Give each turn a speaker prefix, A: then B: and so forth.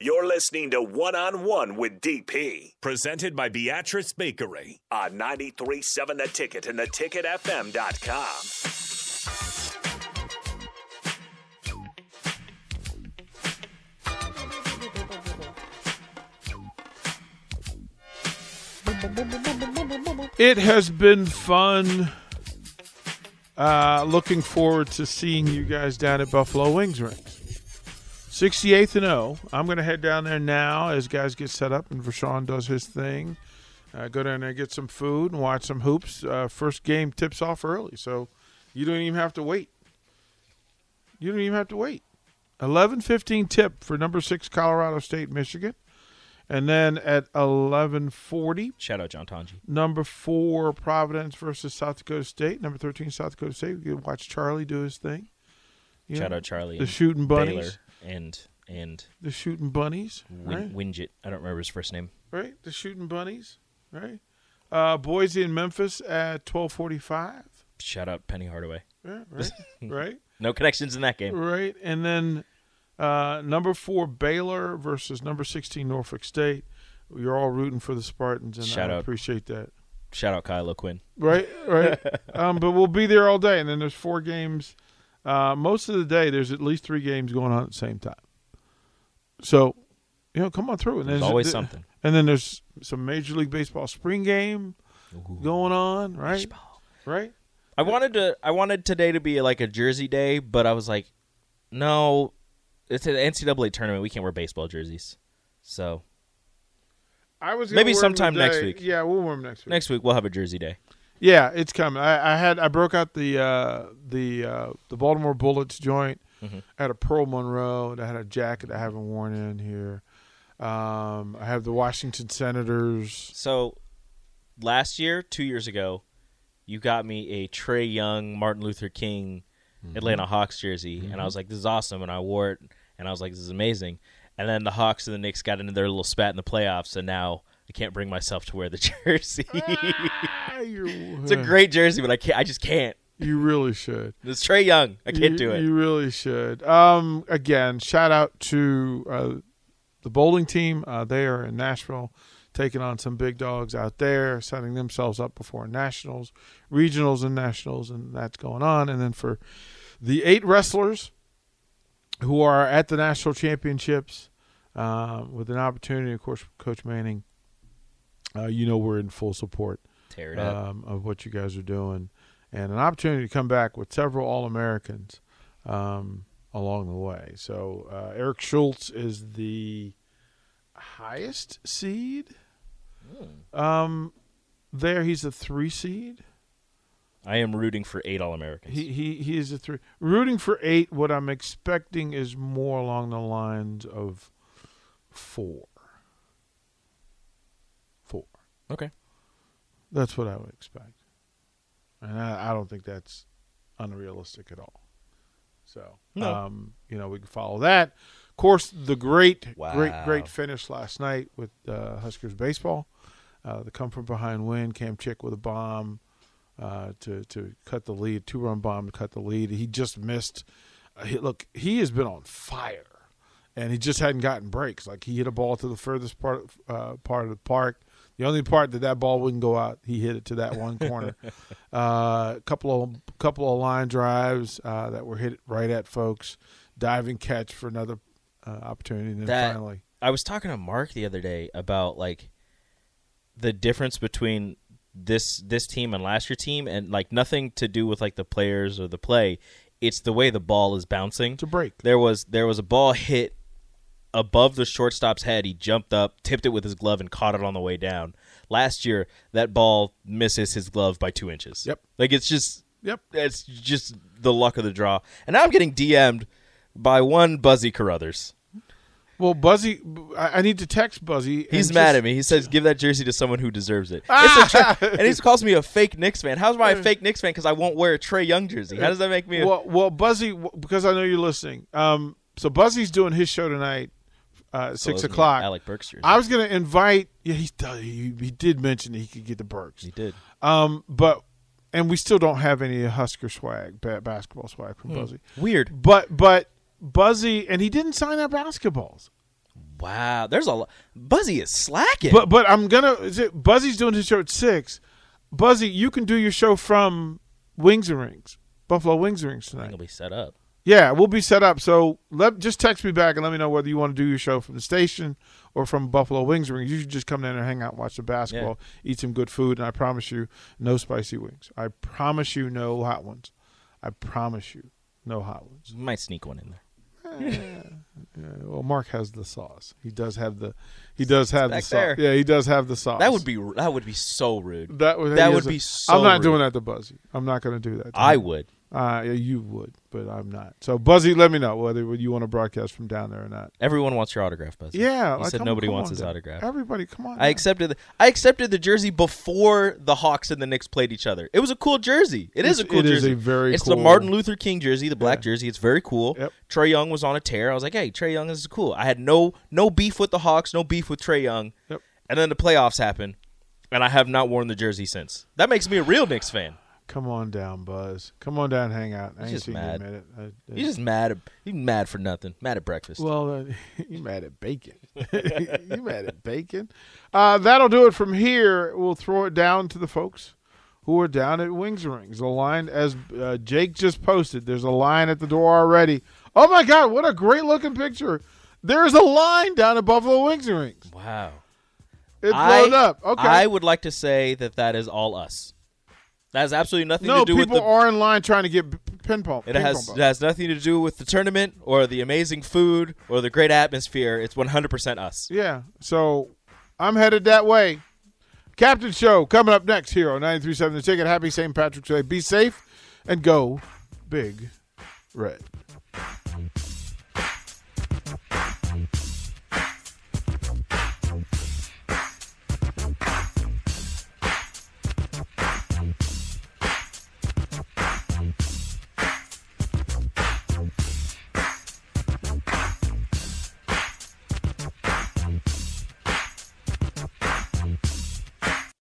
A: You're listening to One on One with DP
B: Presented by Beatrice Bakery.
A: on 93.7 The Ticket and theticketfm.com.
C: It has been fun. Uh, looking forward to seeing you guys down at Buffalo Wings Rings. 68th and 0. I'm going to head down there now as guys get set up and Vershawn does his thing. Uh, go down there get some food and watch some hoops. Uh, first game tips off early, so you don't even have to wait. You don't even have to wait. 11:15 tip for number 6 Colorado State Michigan. And then at 11:40
D: Shout out John Tanji.
C: Number four, Providence versus South Dakota State. Number thirteen, South Dakota State. We can watch Charlie do his thing. You
D: Shout
C: know,
D: out Charlie.
C: the
D: and
C: shooting bunnies.
D: Baylor and and
C: The shooting bunnies.
D: Win-
C: Right?
D: Winget. I don't remember his first name.
C: right? The shooting bunnies. Right? Uh, Boise and Memphis at twelve forty-five.
D: Shout out Penny Hardaway.
C: Yeah, right, right,
D: No connections in that game.
C: right. And then uh, number four, Baylor versus number sixteen, Norfolk State. You're all rooting for the Spartans, and
D: Shout
C: I
D: out.
C: appreciate that.
D: Shout out Kylo Quinn.
C: Right, right. um, but we'll be there all day, and then there's four games. Uh, most of the day, there's at least three games going on at the same time. So, you know, come on through. And
D: There's
C: then-
D: always something.
C: And then there's some Major League Baseball spring game going on, right? Right.
D: I wanted to. I wanted today to be like a Jersey day, but I was like, no, it's an NCAA tournament. We can't wear baseball jerseys. So
C: I was gonna
D: Maybe
C: wear 'em
D: sometime next
C: today.
D: week.
C: Yeah, we'll warm next week.
D: next week we'll have a Jersey day.
C: Yeah, it's coming. I, I had I broke out the uh, the uh, the Baltimore Bullets joint.
D: Mm-hmm.
C: I had a Pearl Monroe. And I had a jacket I haven't worn in here. Um, I have the Washington Senators.
D: So last year, two years ago, you got me a Trey Young, Martin Luther King,
C: Mm-hmm.
D: Atlanta Hawks jersey, and I was like, "This is awesome," and I wore it, and I was like, "This is amazing." And then the Hawks and the Knicks got into their little spat in the playoffs, and now I can't bring myself to wear the jersey.
C: Ah, you-
D: it's a great jersey, but I can't. I just can't.
C: You really should.
D: It's Trey Young. I can't
C: you,
D: do it.
C: You really should. Um, again, shout out to uh, the bowling team. Uh, they are in Nashville, taking on some big dogs out there, setting themselves up before nationals, regionals, and nationals, and that's going on. And then for the eight wrestlers who are at the national championships, um, with an opportunity, of course, Coach Manning. Uh, you know we're in full support
D: Tear it up.
C: um, of what you guys are doing, and an opportunity to come back with several All Americans um, along the way. So uh, Eric Schultz is the highest seed. Um, there he's a three seed. uh,
D: I am rooting for eight All Americans.
C: He he he is a three. Rooting for eight. What I'm expecting is more along the lines of four. Four.
D: Okay.
C: That's what I would expect. And I, I don't think that's unrealistic at all. So,
D: No.
C: um, you know, we can follow that. Of course, the great, great,
D: Wow.
C: great finish last night with uh, Huskers baseball. Uh, the come from behind win. Cam Chick with a bomb uh, to to cut the lead, two run bomb to cut the lead. He just missed. Uh, he, look, he has been on fire, and he just hadn't gotten breaks. Like he hit a ball to the furthest part uh, part of the park. The only part that that ball wouldn't go out, he hit it to that one corner. A uh, couple of couple of line drives uh, that were hit right at folks. Diving catch for another uh, opportunity, and then
D: That-
C: finally,
D: I was talking to Mark the other day about like the difference between this this team and last year team and like nothing to do with like the players or the play. It's the way the ball is bouncing.
C: it's a break.
D: There was there was a ball hit above the shortstop's head. He jumped up, tipped it with his glove and caught it on the way down. Last year that ball misses his glove by 2 inches.
C: Yep.
D: Like it's just
C: Yep.
D: it's just the luck of the draw. And now I'm getting DM'd by one Buzzy Carruthers.
C: Well, Buzzy, I I need to text Buzzy. and
D: He's mad
C: just- Ah!
D: at me. He says, "Give that jersey to someone who deserves it." It's a tra- and he calls me a fake Knicks fan. How's my fake Knicks fan? Because I won't wear a Trey Young jersey. How does that make me? A-
C: well, well, Buzzy, w- because I know you're listening. Um, so Buzzy's doing his show tonight, uh,
D: Throws
C: six
D: me an
C: o'clock.
D: Alec Burks jersey.
C: I was gonna invite. Yeah, he, does- he he did mention that he could get the Burks.
D: he did.
C: Um, but and we still don't have any Husker swag, ba- basketball
D: Hmm.
C: swag from Buzzy.
D: Weird.
C: But but Buzzy and he didn't sign our basketballs.
D: Wow, there's a lot. Buzzy is slacking.
C: But but I'm gonna. Is it, Buzzy's doing his show at six. Buzzy, you can do your show from Wings and Rings, Buffalo Wings and Rings
D: I think
C: tonight.
D: it'll be set up.
C: Yeah, we'll be set up. So let just text me back and let me know whether you want to do your show from the station or from Buffalo Wings and Rings. You should just come down and hang out, and watch the basketball, eat some good food, and I promise you, no spicy wings. I promise you, no hot ones. I promise you, no hot ones.
D: Might sneak one in there. Mm-hmm.
C: Yeah, well, Mark has the sauce. He does have the. He does have the
D: back
C: sauce.
D: there.
C: Yeah, he does have the sauce.
D: That would be that would be so rude.
C: That would,
D: That
C: he
D: would
C: is a-
D: be so
C: I'm not
D: rude.
C: doing that to Buzzy. I'm not going to do that. to
D: I
C: him.
D: would.
C: Uh, yeah, you would, but I'm not. So Buzzy, let me know whether you want to broadcast from down there or not.
D: Everyone wants your autograph, Buzzy.
C: Yeah,
D: He
C: like,
D: said
C: come-
D: nobody
C: come
D: wants
C: on
D: his
C: down.
D: autograph.
C: Everybody, come on.
D: I
C: down.
D: accepted. The, I accepted the jersey before the Hawks and the Knicks played each other. It was a cool jersey. It is
C: It's-
D: a cool
C: it is
D: jersey.
C: a very
D: It's
C: cool-
D: the Martin Luther King jersey, the black jersey. It's very cool.
C: Yep.
D: Trey Young was on a tear. I was like, hey, Trey Young this is cool. I had no no beef with the Hawks, no beef with Trey Young.
C: Yep.
D: And then the playoffs happened, and I have not worn the jersey since. That makes me a real Knicks fan.
C: Come on down, Buzz. Come on down, hang out. I ain't
D: just
C: seen
D: mad.
C: you in a minute. Uh, I- I-
D: He's just mad. At, he's mad for nothing. Mad at breakfast.
C: Well, uh, you mad at bacon? you mad at bacon? Uh, that'll do it from here. We'll throw it down to the folks who are down at Wings and Rings. The line, as uh, Jake just posted, there's a line at the door already. Oh my God! What a great looking picture. There's a line down at Buffalo Wings and Rings.
D: wow.
C: It's blown up. Okay.
D: I would like to say that that is all us. That has absolutely nothing
C: no,
D: to do
C: people
D: with the
C: are in line trying to get b- pin pong.
D: It
C: ping
D: has
C: pong
D: it
C: balls.
D: has nothing to do with the tournament or the amazing food or the great atmosphere. It's 100% us.
C: Yeah. So I'm headed that way. Captain Show coming up next here on 937 The Ticket. Happy St. Patrick's Day. Be safe and go big red.